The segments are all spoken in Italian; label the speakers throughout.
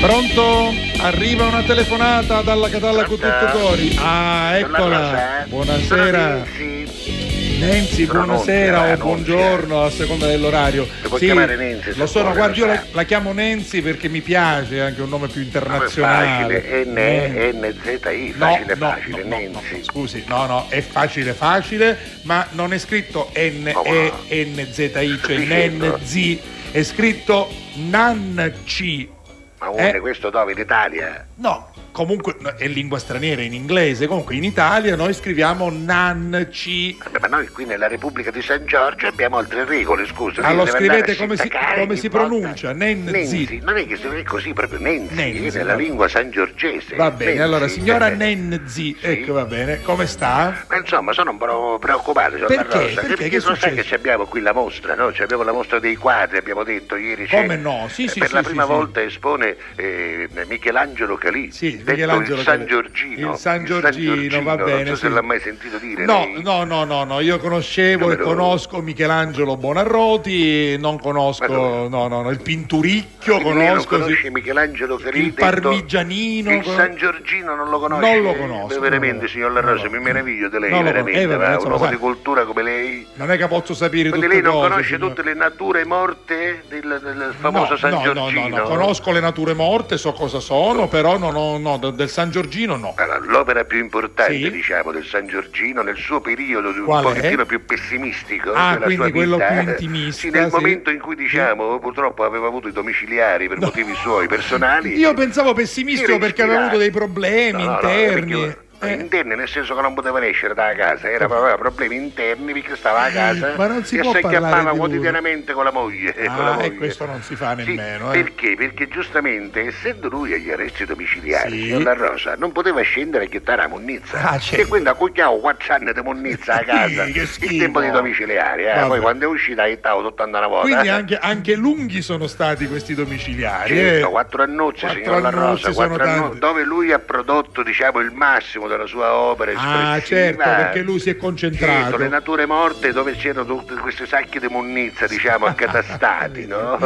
Speaker 1: Pronto? Arriva una telefonata dalla Catalla con tutto
Speaker 2: Pronto?
Speaker 1: cori. Ah,
Speaker 2: Sono
Speaker 1: eccola.
Speaker 2: Rosa. eh?
Speaker 1: Buonasera.
Speaker 2: Sono Vinci.
Speaker 1: Nancy,
Speaker 2: Sono
Speaker 1: buonasera
Speaker 2: Nunzia,
Speaker 1: o
Speaker 2: eh,
Speaker 1: buongiorno a seconda dell'orario.
Speaker 2: Ti puoi chiamare Nancy,
Speaker 1: Lo
Speaker 2: se
Speaker 1: sono,
Speaker 2: vuoi,
Speaker 1: guardi, io
Speaker 2: lo
Speaker 1: la,
Speaker 2: sai.
Speaker 1: la chiamo Nancy perché mi piace, è anche un nome più
Speaker 2: Come è facile,
Speaker 1: internazionale. Eh.
Speaker 2: N-N-Z-I, facile, facile,
Speaker 1: no, no,
Speaker 2: Nenzi.
Speaker 1: no, scusi, no, no, è facile, facile, ma non è scritto N-E-N-Z-I, cioè
Speaker 2: Sto dicendo.
Speaker 1: Nenzi, è scritto Nanci.
Speaker 2: Ma uno
Speaker 1: Eh.
Speaker 2: di questo dove in Italia?
Speaker 1: No, comunque no, è lingua straniera, è in inglese, comunque in Italia noi scriviamo Nanci.
Speaker 2: Vabbè, Ma noi qui nella Repubblica di San Giorgio abbiamo altre regole, scusa.
Speaker 1: Ma Ah, lo
Speaker 2: devi andare
Speaker 1: scrivete
Speaker 2: a
Speaker 1: come si-
Speaker 2: cittacare
Speaker 1: come
Speaker 2: ogni
Speaker 1: si
Speaker 2: volta.
Speaker 1: pronuncia, Nenzi.
Speaker 2: Non è che si è così proprio Nenzi,
Speaker 1: Nenzi,
Speaker 2: nella
Speaker 1: va-
Speaker 2: lingua sangiorgese.
Speaker 1: Va bene,
Speaker 2: Nenzi,
Speaker 1: allora signora
Speaker 2: vabbè.
Speaker 1: Nenzi,
Speaker 2: Sì.
Speaker 1: ecco va bene, come sta?
Speaker 2: Ma insomma, sono un po' preoccupato, sono
Speaker 1: Perché?
Speaker 2: Rosa,
Speaker 1: Perché? Che è
Speaker 2: lo sai
Speaker 1: successo?
Speaker 2: che abbiamo qui la mostra, no? Ci abbiamo la mostra dei quadri, abbiamo detto ieri c'è-
Speaker 1: Come no? Sì,
Speaker 2: eh,
Speaker 1: sì,
Speaker 2: Per
Speaker 1: sì,
Speaker 2: la
Speaker 1: sì,
Speaker 2: prima
Speaker 1: sì.
Speaker 2: volta espone eh, Michelangelo Calì,
Speaker 1: Sì,
Speaker 2: detto
Speaker 1: Michelangelo
Speaker 2: il San
Speaker 1: Calì.
Speaker 2: Giorgino.
Speaker 1: Il San Giorgino, va bene.
Speaker 2: Non so se
Speaker 1: sì.
Speaker 2: l'ha mai sentito dire.
Speaker 1: No,
Speaker 2: lei.
Speaker 1: no, no, no, no, io conoscevo e
Speaker 2: Numero-
Speaker 1: conosco Michelangelo Bonarroti, non conosco,
Speaker 2: Numero-
Speaker 1: no, no, no, il Pinturicchio,
Speaker 2: Quindi lei non
Speaker 1: conosco sì.
Speaker 2: conosce Michelangelo Calì,
Speaker 1: il
Speaker 2: detto-
Speaker 1: Parmigianino.
Speaker 2: Il
Speaker 1: con-
Speaker 2: San Giorgino non lo conosce?
Speaker 1: Non lo conosco,
Speaker 2: Veramente,
Speaker 1: no.
Speaker 2: signor La Rosa,
Speaker 1: No, no.
Speaker 2: mi meraviglio di lei,
Speaker 1: Non lo conosco.
Speaker 2: veramente.
Speaker 1: Eh, vabbè,
Speaker 2: va, un
Speaker 1: insomma,
Speaker 2: uomo
Speaker 1: sa-
Speaker 2: di cultura come lei.
Speaker 1: Non è che posso sapere
Speaker 2: Quindi
Speaker 1: tutte
Speaker 2: lei non
Speaker 1: cose,
Speaker 2: conosce
Speaker 1: signor-
Speaker 2: tutte le nature morte del, del famoso
Speaker 1: No,
Speaker 2: San
Speaker 1: no, no,
Speaker 2: Giorgino?
Speaker 1: no, no, conosco le nature morte, so cosa sono, però no, no, no, de- del San Giorgino no.
Speaker 2: Allora, l'opera più importante,
Speaker 1: Sì.
Speaker 2: diciamo, del San Giorgino nel suo periodo un
Speaker 1: Qual è?
Speaker 2: pochettino più pessimistico
Speaker 1: Ah,
Speaker 2: della
Speaker 1: quindi
Speaker 2: sua
Speaker 1: quello
Speaker 2: vita, eh.
Speaker 1: più intimista,
Speaker 2: sì, nel
Speaker 1: sì.
Speaker 2: momento in cui, diciamo, purtroppo aveva avuto i domiciliari per motivi suoi personali.
Speaker 1: Io pensavo pessimistico
Speaker 2: Era
Speaker 1: perché aveva
Speaker 2: ispirato.
Speaker 1: avuto dei problemi
Speaker 2: No, no, no,
Speaker 1: interni.
Speaker 2: perché-
Speaker 1: eh.
Speaker 2: Interni nel senso che non poteva escere dalla casa, era aveva problemi interni perché stava a casa
Speaker 1: Eh, Ma non si
Speaker 2: e
Speaker 1: può
Speaker 2: si
Speaker 1: parlare
Speaker 2: acchiappava
Speaker 1: di lui.
Speaker 2: quotidianamente con la moglie. con la
Speaker 1: Ah, e
Speaker 2: moglie.
Speaker 1: questo non si fa
Speaker 2: Sì,
Speaker 1: nemmeno. eh.
Speaker 2: perché? Perché giustamente, essendo lui agli arresti domiciliari,
Speaker 1: Sì.
Speaker 2: signor La Rosa, non poteva scendere a chittare la monnizza.
Speaker 1: Ah, certo.
Speaker 2: E quindi accogliamo quattro anni di monnizza a casa.
Speaker 1: Sì, che schifo.
Speaker 2: il tempo dei domiciliari, eh.
Speaker 1: Vabbè.
Speaker 2: poi quando è uscita chittavo 81 volte.
Speaker 1: Quindi anche, anche lunghi sono stati questi domiciliari. eh.
Speaker 2: Certo, quattro annunci,
Speaker 1: Quattro
Speaker 2: signor La
Speaker 1: annunzi
Speaker 2: Rosa,
Speaker 1: sono
Speaker 2: quattro annu-
Speaker 1: tanti.
Speaker 2: dove lui ha prodotto diciamo, il massimo della sua opera espressiva.
Speaker 1: Ah, certo, perché lui si è
Speaker 2: Certo, le
Speaker 1: concentrato.
Speaker 2: nature morte dove c'erano tutti questi sacchi di monnezza, diciamo, accatastati, no?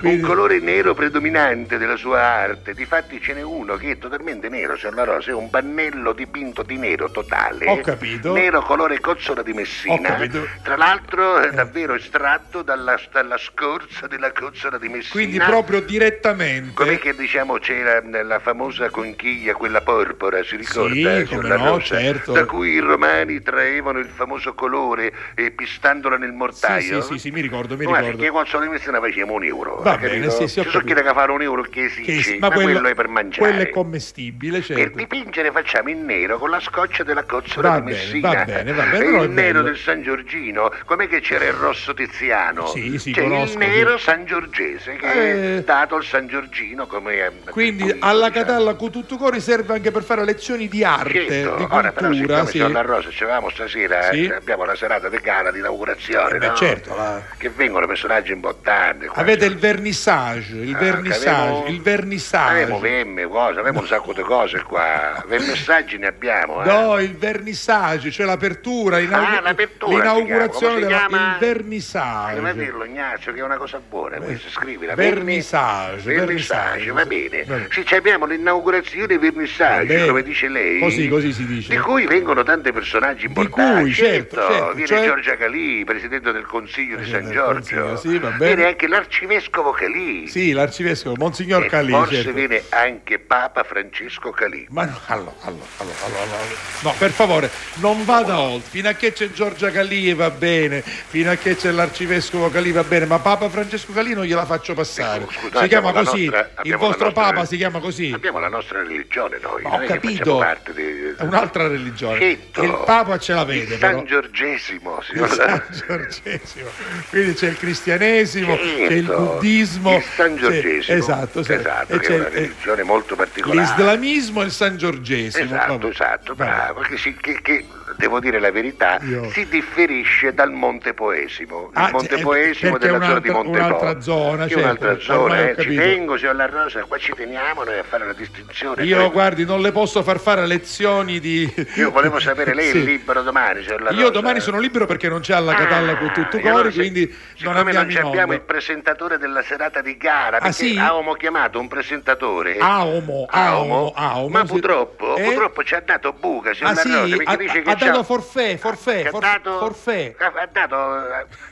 Speaker 1: Quindi-
Speaker 2: Un colore nero predominante della sua arte. Difatti ce n'è uno che è totalmente nero, signor La Rosa, è un pannello dipinto di nero totale.
Speaker 1: Ho capito.
Speaker 2: Nero colore cozzola di Messina.
Speaker 1: Ho capito. Eh.
Speaker 2: Tra l'altro è davvero estratto dalla, dalla scorza della cozzola di Messina.
Speaker 1: Quindi proprio
Speaker 2: Com'è
Speaker 1: direttamente.
Speaker 2: che diciamo c'era la famosa conchiglia, quella porpora, si ricorda?
Speaker 1: Sì,
Speaker 2: sulla
Speaker 1: come no,
Speaker 2: rosa,
Speaker 1: certo.
Speaker 2: Da cui i romani traevano il famoso colore eh, pistandola nel mortaio.
Speaker 1: Sì, sì, sì, sì, mi ricordo, mi
Speaker 2: Guarda,
Speaker 1: ricordo.
Speaker 2: che quando sono messa ne facevamo un euro.
Speaker 1: Va
Speaker 2: ha
Speaker 1: bene,
Speaker 2: capito?
Speaker 1: sì, sì, ho
Speaker 2: Ci sono
Speaker 1: capito.
Speaker 2: chi da fare un euro che
Speaker 1: Che-
Speaker 2: esige,
Speaker 1: ma
Speaker 2: ma,
Speaker 1: quello,
Speaker 2: quello, è per mangiare.
Speaker 1: quello è commestibile,
Speaker 2: Per
Speaker 1: certo.
Speaker 2: dipingere facciamo in nero con la scoccia della cozzola
Speaker 1: Va
Speaker 2: di
Speaker 1: bene,
Speaker 2: Messina.
Speaker 1: va bene, va bene,
Speaker 2: E
Speaker 1: allora è
Speaker 2: il nero
Speaker 1: bello.
Speaker 2: del San Giorgino, com'è che c'era il rosso tiziano?
Speaker 1: Sì, sì,
Speaker 2: C'è il
Speaker 1: conosco, sì.
Speaker 2: nero San Giorgese che
Speaker 1: Eh.
Speaker 2: è dato al San Giorgino come... eh,
Speaker 1: Quindi
Speaker 2: diciamo.
Speaker 1: alla Catalla con tutto cuore serve anche per fare lezioni di arte,
Speaker 2: Certo,
Speaker 1: di
Speaker 2: ora però
Speaker 1: cultura.
Speaker 2: siccome
Speaker 1: sì.
Speaker 2: signor La Rosa ci avevamo stasera,
Speaker 1: Sì.
Speaker 2: eh, abbiamo la serata di gala di inaugurazione,
Speaker 1: Eh beh,
Speaker 2: no?
Speaker 1: certo, la-
Speaker 2: che vengono personaggi importanti. qua,
Speaker 1: Avete
Speaker 2: insomma.
Speaker 1: il vernissage, il
Speaker 2: Ah, eh,
Speaker 1: vernissage,
Speaker 2: avevamo-
Speaker 1: il vernissage.
Speaker 2: Avevamo vemme, cose, avevamo un sacco di cose qua. Vermessaggi ne abbiamo, eh.
Speaker 1: No, il vernissage, cioè l'apertura, l'inaugu-
Speaker 2: Ah, l'apertura si
Speaker 1: l'inaugurazione
Speaker 2: chiama. Come si
Speaker 1: della-
Speaker 2: chiama?
Speaker 1: il vernissage.
Speaker 2: Deve dirlo Ignazio che è una cosa buona, questo scrivila.
Speaker 1: Vernissage, vernissage.
Speaker 2: Vernissage, va bene.
Speaker 1: Va bene.
Speaker 2: Sì, ci abbiamo l'inaugurazione vernissage,
Speaker 1: Bene.
Speaker 2: come dice lei.
Speaker 1: Così, così si dice.
Speaker 2: Di cui vengono tanti personaggi importanti.
Speaker 1: cui, certo, certo,
Speaker 2: Viene
Speaker 1: cioè-
Speaker 2: Giorgia Calì, presidente del Consiglio di San
Speaker 1: Presidente del Consiglio,
Speaker 2: Giorgio.
Speaker 1: sì, va bene.
Speaker 2: viene anche l'arcivescovo Calì.
Speaker 1: Sì, l'arcivescovo, Monsignor
Speaker 2: e
Speaker 1: Calì.
Speaker 2: Eh, forse
Speaker 1: certo.
Speaker 2: viene anche Papa Francesco Calì.
Speaker 1: Ma no, allora, allora, allora, allora, allora. no, per favore, non vada oltre. Fino a che c'è Giorgia Calì va bene, fino a che c'è l'arcivescovo Calì va bene, ma Papa Francesco Calì non gliela faccio passare.
Speaker 2: Ecco, scusate,
Speaker 1: si chiama
Speaker 2: abbiamo la
Speaker 1: così,
Speaker 2: nostra-
Speaker 1: il
Speaker 2: abbiamo la
Speaker 1: vostro
Speaker 2: nostra-
Speaker 1: Papa si chiama così.
Speaker 2: Abbiamo la nostra religione noi,
Speaker 1: Ma
Speaker 2: non
Speaker 1: ho
Speaker 2: è che
Speaker 1: capito,
Speaker 2: facciamo parte di...
Speaker 1: è un'altra religione.
Speaker 2: Certo.
Speaker 1: Il Papa ce la vede,
Speaker 2: Il San
Speaker 1: però. Esatto.
Speaker 2: Giorgesimo,
Speaker 1: Il
Speaker 2: signora. Certo.
Speaker 1: San Giorgesimo. Quindi c'è il cristianesimo, c'è il
Speaker 2: Certo,
Speaker 1: buddismo.
Speaker 2: il San
Speaker 1: c'è-
Speaker 2: Giorgesimo
Speaker 1: esatto, sì.
Speaker 2: esatto,
Speaker 1: E
Speaker 2: che
Speaker 1: c'è
Speaker 2: è una
Speaker 1: il-
Speaker 2: religione molto particolare
Speaker 1: L'islamismo e il San Giorgesimo.
Speaker 2: esatto
Speaker 1: vabbè.
Speaker 2: esatto
Speaker 1: Vabbè.
Speaker 2: bravo che, si- che- che devo dire la verità,
Speaker 1: Io-
Speaker 2: si differisce dal Monte Poesimo. Il
Speaker 1: Ah,
Speaker 2: Monte
Speaker 1: eh,
Speaker 2: Poesimo
Speaker 1: perché è
Speaker 2: della zona di
Speaker 1: un'altra-
Speaker 2: Montepo.
Speaker 1: un'altra zona,
Speaker 2: Che è
Speaker 1: certo,
Speaker 2: un'altra zona,
Speaker 1: ormai ho
Speaker 2: eh. ci
Speaker 1: capito.
Speaker 2: tengo, signor La Rosa, qua ci teniamo noi a fare una distinzione.
Speaker 1: Io,
Speaker 2: Prego.
Speaker 1: guardi, non le posso far fare lezioni di...
Speaker 2: Ecco, Io volevo sapere, lei
Speaker 1: Sì.
Speaker 2: è libero domani, signor La
Speaker 1: Io
Speaker 2: Rosa?
Speaker 1: domani sono libero perché non c'è alla Catalla
Speaker 2: Ah.
Speaker 1: con tutto
Speaker 2: io
Speaker 1: cori,
Speaker 2: non so-
Speaker 1: quindi non
Speaker 2: siccome
Speaker 1: abbiamo
Speaker 2: non ci
Speaker 1: in
Speaker 2: abbiamo il
Speaker 1: onda.
Speaker 2: presentatore della serata di gara,
Speaker 1: Ah,
Speaker 2: perché
Speaker 1: sì?
Speaker 2: avevamo chiamato un presentatore.
Speaker 1: Aomo, Aomo, Aomo.
Speaker 2: ma
Speaker 1: sì.
Speaker 2: purtroppo,
Speaker 1: Eh?
Speaker 2: purtroppo ci ha dato buca, signor
Speaker 1: Ah
Speaker 2: La
Speaker 1: sì,
Speaker 2: Rosa, perché
Speaker 1: ha,
Speaker 2: dice che
Speaker 1: ha dato
Speaker 2: c'ha-
Speaker 1: forfè, forfè,
Speaker 2: Ci ha
Speaker 1: forf-
Speaker 2: dato-
Speaker 1: forfè.
Speaker 2: ha- ha dato-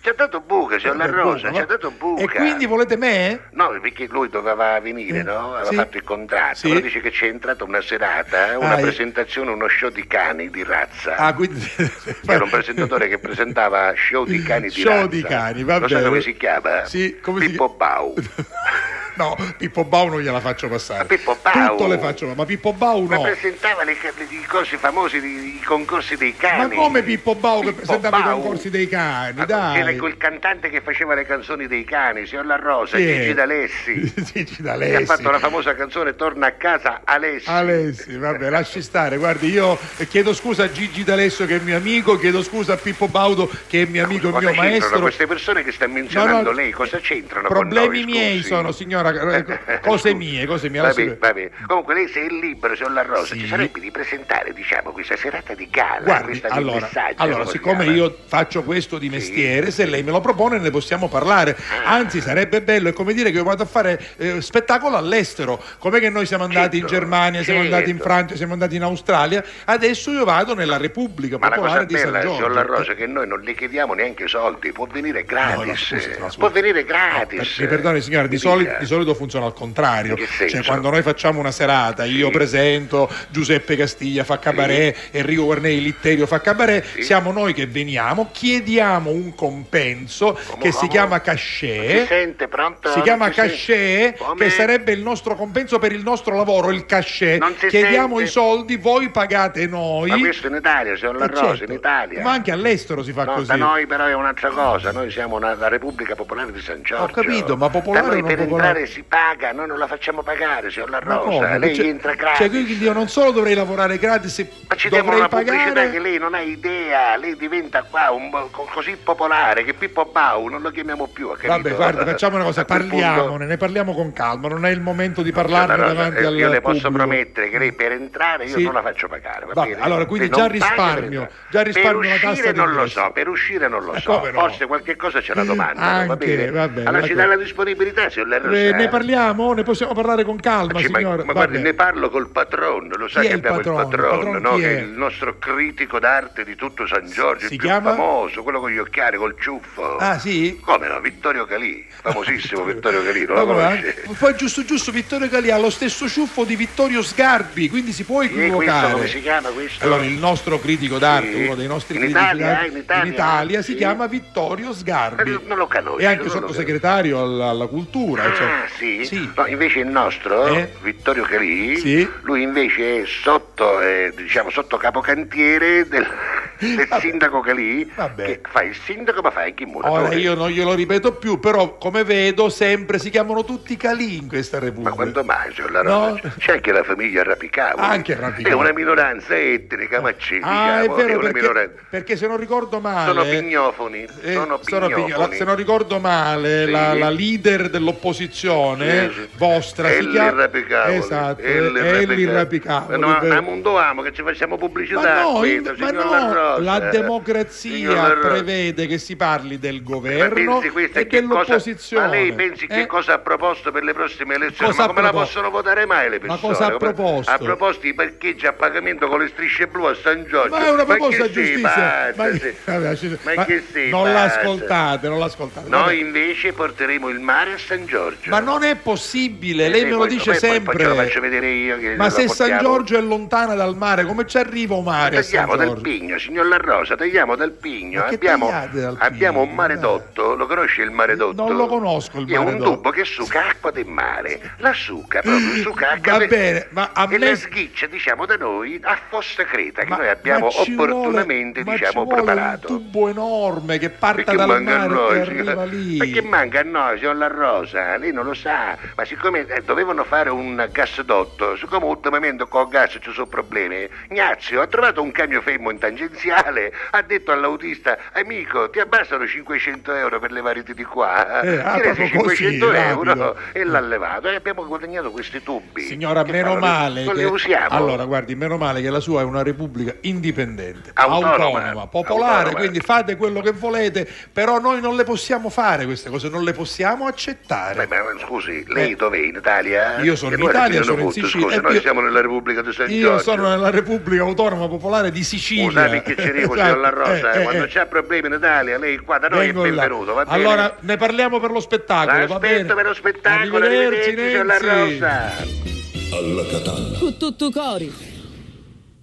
Speaker 2: ci ha dato buca, signor La Rosa, ci ha dato buca.
Speaker 1: E quindi volete me?
Speaker 2: No, perché lui doveva venire,
Speaker 1: Eh,
Speaker 2: no? Aveva
Speaker 1: sì.
Speaker 2: fatto il contratto,
Speaker 1: Sì.
Speaker 2: però dice che c'è entrata una serata, una
Speaker 1: Ah, eh.
Speaker 2: presentazione, uno show di cani di razza.
Speaker 1: Ah, quindi...
Speaker 2: Era un presentatore che presentava show di cani di
Speaker 1: Show
Speaker 2: razza.
Speaker 1: di cani, va
Speaker 2: Lo sai
Speaker 1: bene.
Speaker 2: come si chiama?
Speaker 1: Sì, come si
Speaker 2: Pippo Bau.
Speaker 1: No, Pippo Bau non gliela faccio passare.
Speaker 2: Ma Pippo Bau?
Speaker 1: Tutto le faccio, ma Pippo Bau
Speaker 2: Ma
Speaker 1: no.
Speaker 2: presentava le- le- i corsi famosi, di- i concorsi dei
Speaker 1: Ma
Speaker 2: cani.
Speaker 1: come Pippo Bau che
Speaker 2: Pippo
Speaker 1: presentava i
Speaker 2: Bau?
Speaker 1: concorsi dei cani,
Speaker 2: Ma C'era
Speaker 1: dai.
Speaker 2: quel cantante che faceva le canzoni dei cani, signor La Rosa,
Speaker 1: Sì.
Speaker 2: Gigi D'Alessi,
Speaker 1: Gigi
Speaker 2: che ha
Speaker 1: D'Alessi.
Speaker 2: fatto la famosa canzone Torna a casa Alessi.
Speaker 1: Alessi, vabbè, lasci stare. Guardi, io chiedo scusa a Gigi D'Alessio che è mio amico, chiedo scusa a Pippo Baudo che è mio amico e
Speaker 2: Cosa
Speaker 1: mio
Speaker 2: c'entrano
Speaker 1: maestro.
Speaker 2: queste persone che sta
Speaker 1: No,
Speaker 2: menzionando
Speaker 1: no,
Speaker 2: lei? Cosa c'entrano con
Speaker 1: Problemi
Speaker 2: noi?
Speaker 1: miei
Speaker 2: scusi?
Speaker 1: sono, signora, eh, cose mie, cose mie.
Speaker 2: Va
Speaker 1: lasci-
Speaker 2: bene, va bene. Comunque lei se è libero, signor La Rosa,
Speaker 1: Sì.
Speaker 2: ci sarebbe di presentare, diciamo, questa serata di gala,
Speaker 1: Guardi,
Speaker 2: questa di
Speaker 1: allora,
Speaker 2: messaggio.
Speaker 1: allora,
Speaker 2: come si
Speaker 1: siccome
Speaker 2: chiama?
Speaker 1: io faccio questo di mestiere, se lei me lo propone ne possiamo parlare.
Speaker 2: Eh.
Speaker 1: Anzi, sarebbe bello, è come dire che io vado a fare eh, spettacolo all'estero. Com'è che noi siamo andati in
Speaker 2: Certo,
Speaker 1: Germania, siamo andati in
Speaker 2: certo.
Speaker 1: Francia, siamo andati in Australia, adesso io vado nella Repubblica
Speaker 2: Ma la cosa
Speaker 1: Popolare di San
Speaker 2: bella,
Speaker 1: Giorgio.
Speaker 2: signor La Rosa, è che noi non le chiediamo neanche soldi, può venire gratis. eh,
Speaker 1: No, no, scusi, no, scusi. Ah,
Speaker 2: Può
Speaker 1: Per-
Speaker 2: venire gratis. eh.
Speaker 1: Mi perdoni signora, di,
Speaker 2: Mi
Speaker 1: soli-
Speaker 2: dica.
Speaker 1: di solito funziona al contrario.
Speaker 2: In che
Speaker 1: Cioè,
Speaker 2: senso?
Speaker 1: quando noi facciamo una serata, io presento Giuseppe Castiglia fa cabaret, Enrico Guarnei Litterio fa cabaret,
Speaker 2: Sì.
Speaker 1: siamo noi che veniamo, chiediamo un compenso che si
Speaker 2: come?
Speaker 1: chiama
Speaker 2: Si
Speaker 1: cachet.
Speaker 2: sente pronto?
Speaker 1: Si chiama
Speaker 2: Non si
Speaker 1: cachet,
Speaker 2: sente? Come?
Speaker 1: che sarebbe il nostro compenso per il nostro lavoro, il cachet.
Speaker 2: Non si
Speaker 1: Chiediamo
Speaker 2: sente.
Speaker 1: i soldi, voi pagate noi.
Speaker 2: Ma questo in Italia, signor La
Speaker 1: Eh,
Speaker 2: Rosa,
Speaker 1: certo.
Speaker 2: in Italia.
Speaker 1: Ma anche all'estero si fa
Speaker 2: No,
Speaker 1: così.
Speaker 2: da noi però è un'altra cosa, noi siamo una- la Repubblica Popolare di San Giorgio.
Speaker 1: Ho capito, ma popolare
Speaker 2: Da noi
Speaker 1: o non
Speaker 2: per
Speaker 1: popolare?
Speaker 2: entrare si paga, noi non la facciamo pagare, signor La
Speaker 1: Ma
Speaker 2: Rosa,
Speaker 1: come?
Speaker 2: lei
Speaker 1: Cioè-
Speaker 2: entra gratis.
Speaker 1: Cioè, quindi io non solo dovrei lavorare gratis,
Speaker 2: Ma ci diamo
Speaker 1: dovrei
Speaker 2: una pubblicità che
Speaker 1: pagare.
Speaker 2: lei non ha idea, lei diventa qua un, co- così popolare che Pippo Bau non lo chiamiamo più. ha capito?
Speaker 1: Vabbè, guarda, facciamo una cosa,
Speaker 2: A quel punto-
Speaker 1: parliamone, ne parliamo con calma, non è il momento di parlarne
Speaker 2: Signor La Rosa,
Speaker 1: davanti
Speaker 2: eh,
Speaker 1: al
Speaker 2: io le posso
Speaker 1: pubblico.
Speaker 2: promettere che lei per entrare io
Speaker 1: Sì.
Speaker 2: non la faccio pagare. va
Speaker 1: Vabbè,
Speaker 2: bene?
Speaker 1: allora, quindi
Speaker 2: Se non
Speaker 1: già
Speaker 2: paga,
Speaker 1: risparmio,
Speaker 2: per-
Speaker 1: già risparmio
Speaker 2: Per
Speaker 1: la tassa
Speaker 2: uscire
Speaker 1: di
Speaker 2: non lo
Speaker 1: ingresso.
Speaker 2: so, per uscire non lo
Speaker 1: Eh,
Speaker 2: so.
Speaker 1: come no?
Speaker 2: Forse qualche cosa ce la domanda, va
Speaker 1: Anche,
Speaker 2: bene?
Speaker 1: va bene,
Speaker 2: allora ci dà
Speaker 1: d'accordo.
Speaker 2: la disponibilità, signor La Rosa.
Speaker 1: Eh, ne parliamo, ne possiamo parlare con calma,
Speaker 2: Sì, cioè, ma-
Speaker 1: signora.
Speaker 2: ma, guardi,
Speaker 1: Vabbè.
Speaker 2: ne parlo col patrono, lo sa
Speaker 1: Chi è
Speaker 2: che
Speaker 1: il
Speaker 2: abbiamo
Speaker 1: patrono?
Speaker 2: il patrono,
Speaker 1: Il patrono
Speaker 2: no?
Speaker 1: chi
Speaker 2: che
Speaker 1: è?
Speaker 2: è il nostro critico d'arte di tutto San Giorgio,
Speaker 1: si
Speaker 2: il più
Speaker 1: chiama?
Speaker 2: famoso, quello con gli occhiali, col ciuffo.
Speaker 1: Ah, sì?
Speaker 2: Come no? Vittorio Calì, famosissimo Vittorio Calì, non
Speaker 1: Ma
Speaker 2: lo
Speaker 1: come,
Speaker 2: conosce?
Speaker 1: eh? Poi giusto giusto Vittorio Galli ha lo stesso ciuffo di Vittorio Sgarbi, quindi si può
Speaker 2: E questo come si
Speaker 1: equivocare.
Speaker 2: chiama questo?
Speaker 1: Allora, il nostro critico d'arte,
Speaker 2: Sì.
Speaker 1: uno dei nostri
Speaker 2: In
Speaker 1: critici
Speaker 2: Italia,
Speaker 1: d'arte
Speaker 2: eh, in Italia,
Speaker 1: Italia, si
Speaker 2: sì.
Speaker 1: chiama Vittorio Sgarbi.
Speaker 2: Eh, non lo conosco,
Speaker 1: E anche
Speaker 2: non lo
Speaker 1: sottosegretario alla, alla cultura.
Speaker 2: Ah,
Speaker 1: cioè-
Speaker 2: sì?
Speaker 1: Sì.
Speaker 2: No, invece il nostro,
Speaker 1: Eh?
Speaker 2: Vittorio Calì,
Speaker 1: Sì.
Speaker 2: lui invece è sotto, eh, diciamo, sotto capocantiere del, del sindaco Calì,
Speaker 1: Vabbè.
Speaker 2: che fa il sindaco ma fa anche il muratore.
Speaker 1: Ora io non glielo ripeto più, però come vedo sempre si chiamano tutti Calì in questa Repubblica.
Speaker 2: Ma quando mai, signor La
Speaker 1: No.
Speaker 2: Rosa? C'è anche la famiglia Rapicavoli.
Speaker 1: Anche Rapicavoli.
Speaker 2: È una minoranza etnica, ma ci
Speaker 1: Ah,
Speaker 2: diciamo,
Speaker 1: è vero,
Speaker 2: una
Speaker 1: perché,
Speaker 2: minoranza.
Speaker 1: perché se non ricordo male...
Speaker 2: Sono pignofoni,
Speaker 1: Eh,
Speaker 2: sono
Speaker 1: sono
Speaker 2: pignofoni.
Speaker 1: pigno- la- se non ricordo male,
Speaker 2: Sì.
Speaker 1: la, la leader dell'opposizione
Speaker 2: Sì, sì.
Speaker 1: vostra si
Speaker 2: Elli
Speaker 1: chiama
Speaker 2: Rapicavoli.
Speaker 1: esatto,
Speaker 2: Elli
Speaker 1: Elli
Speaker 2: Ma
Speaker 1: Rapicavoli.
Speaker 2: No,
Speaker 1: vero.
Speaker 2: ma mondoamo che ci facciamo pubblicità.
Speaker 1: Ma no,
Speaker 2: qui,
Speaker 1: in- ma
Speaker 2: signor
Speaker 1: no,
Speaker 2: La Rosa.
Speaker 1: la
Speaker 2: Signor
Speaker 1: democrazia
Speaker 2: La Rosa.
Speaker 1: prevede che si parli del
Speaker 2: Ma
Speaker 1: governo
Speaker 2: pensi questo
Speaker 1: e
Speaker 2: è che cosa,
Speaker 1: dell'opposizione.
Speaker 2: ma lei pensi che
Speaker 1: Eh?
Speaker 2: cosa ha proposto per le prossime elezioni?
Speaker 1: Cosa
Speaker 2: ma
Speaker 1: ha
Speaker 2: come la
Speaker 1: proposto?
Speaker 2: possono votare mai le
Speaker 1: Ma
Speaker 2: persone?
Speaker 1: cosa ha
Speaker 2: Come-
Speaker 1: proposto?
Speaker 2: Ha proposto i parcheggi a pagamento con le strisce blu a San Giorgio.
Speaker 1: Ma è una proposta
Speaker 2: che
Speaker 1: di
Speaker 2: si
Speaker 1: giustizia.
Speaker 2: pazza,
Speaker 1: Ma,
Speaker 2: sì.
Speaker 1: vabbè, ci-
Speaker 2: Ma
Speaker 1: ma
Speaker 2: che si
Speaker 1: non
Speaker 2: pazza?
Speaker 1: l'ascoltate, non l'ascoltate.
Speaker 2: Noi
Speaker 1: Vabbè.
Speaker 2: invece porteremo il mare a San Giorgio.
Speaker 1: Ma non è possibile,
Speaker 2: Eh,
Speaker 1: lei
Speaker 2: sì,
Speaker 1: me lo
Speaker 2: poi-
Speaker 1: dice
Speaker 2: poi- poi- poi ce lo faccio
Speaker 1: sempre.
Speaker 2: vedere io che
Speaker 1: Ma
Speaker 2: la
Speaker 1: se San
Speaker 2: portiamo.
Speaker 1: Giorgio è lontana dal mare, come ci arriva un mare a San
Speaker 2: Tagliamo dal
Speaker 1: Giorgio?
Speaker 2: pigno, signor La Rosa, tagliamo dal pigno.
Speaker 1: Ma che
Speaker 2: Abbiamo,
Speaker 1: tagliate dal
Speaker 2: abbiamo
Speaker 1: pigno?
Speaker 2: un maredotto, lo conosce il maredotto?
Speaker 1: Non lo conosco il
Speaker 2: È un
Speaker 1: maredotto.
Speaker 2: tubo che succa acqua del mare, la succa proprio, succa acqua
Speaker 1: Va
Speaker 2: del-
Speaker 1: bene, ma a
Speaker 2: E
Speaker 1: me-
Speaker 2: la sghiccia, diciamo, da noi a Fossa Creta, che
Speaker 1: Ma-
Speaker 2: noi abbiamo
Speaker 1: ma ci vuole-
Speaker 2: opportunamente,
Speaker 1: ma
Speaker 2: diciamo,
Speaker 1: ci vuole
Speaker 2: preparato.
Speaker 1: Un tubo enorme che parta
Speaker 2: Perché
Speaker 1: dal
Speaker 2: manca a
Speaker 1: mare e
Speaker 2: noi,
Speaker 1: arriva
Speaker 2: signor-
Speaker 1: lì.
Speaker 2: perché manca a noi, signor La Rosa, lei non lo sa, ma siccome eh, dovevano fare un gasdotto, siccome ultimamente con il gas ci sono problemi, Ignazio ha trovato un camion fermo in tangenziale mondiale ha detto all'autista amico ti abbassano 500 euro per levarti di qua
Speaker 1: Eh, ah,
Speaker 2: Ti resi
Speaker 1: proprio
Speaker 2: 500
Speaker 1: così,
Speaker 2: euro
Speaker 1: rapido. Eh.
Speaker 2: e l'ha levato e abbiamo guadagnato questi tubi
Speaker 1: Signora,
Speaker 2: Che
Speaker 1: meno
Speaker 2: fanno?
Speaker 1: male.
Speaker 2: non
Speaker 1: che-
Speaker 2: li usiamo
Speaker 1: Allora, guardi, meno male che la sua è una repubblica indipendente,
Speaker 2: Autonoma.
Speaker 1: popolare,
Speaker 2: Autonoma.
Speaker 1: quindi fate quello che volete, però noi non le possiamo fare queste cose, non le possiamo
Speaker 2: Beh,
Speaker 1: accettare.
Speaker 2: ma scusi, lei dov'è in Italia?
Speaker 1: eh. Io sono
Speaker 2: Che
Speaker 1: in
Speaker 2: noi alla
Speaker 1: Italia,
Speaker 2: fine
Speaker 1: sono
Speaker 2: non
Speaker 1: in
Speaker 2: conto,
Speaker 1: Sicilia.
Speaker 2: Scusi,
Speaker 1: e
Speaker 2: noi
Speaker 1: io-
Speaker 2: siamo nella Repubblica di San
Speaker 1: Io sono
Speaker 2: Giorgio.
Speaker 1: nella Repubblica Autonoma Popolare di Sicilia.
Speaker 2: Usami che ci arrivo, signor La Rosa.
Speaker 1: Esatto, eh, eh,
Speaker 2: Quando
Speaker 1: eh.
Speaker 2: c'è problemi in Italia, lei qua da noi è
Speaker 1: Vengo là.
Speaker 2: benvenuto, va bene?
Speaker 1: Allora, ne parliamo per lo spettacolo. va bene?
Speaker 2: L'aspetto per lo spettacolo, arrivederci, signor La
Speaker 1: Renzi.
Speaker 2: Rosa.
Speaker 3: alla catalla,
Speaker 4: Cu tutto cori.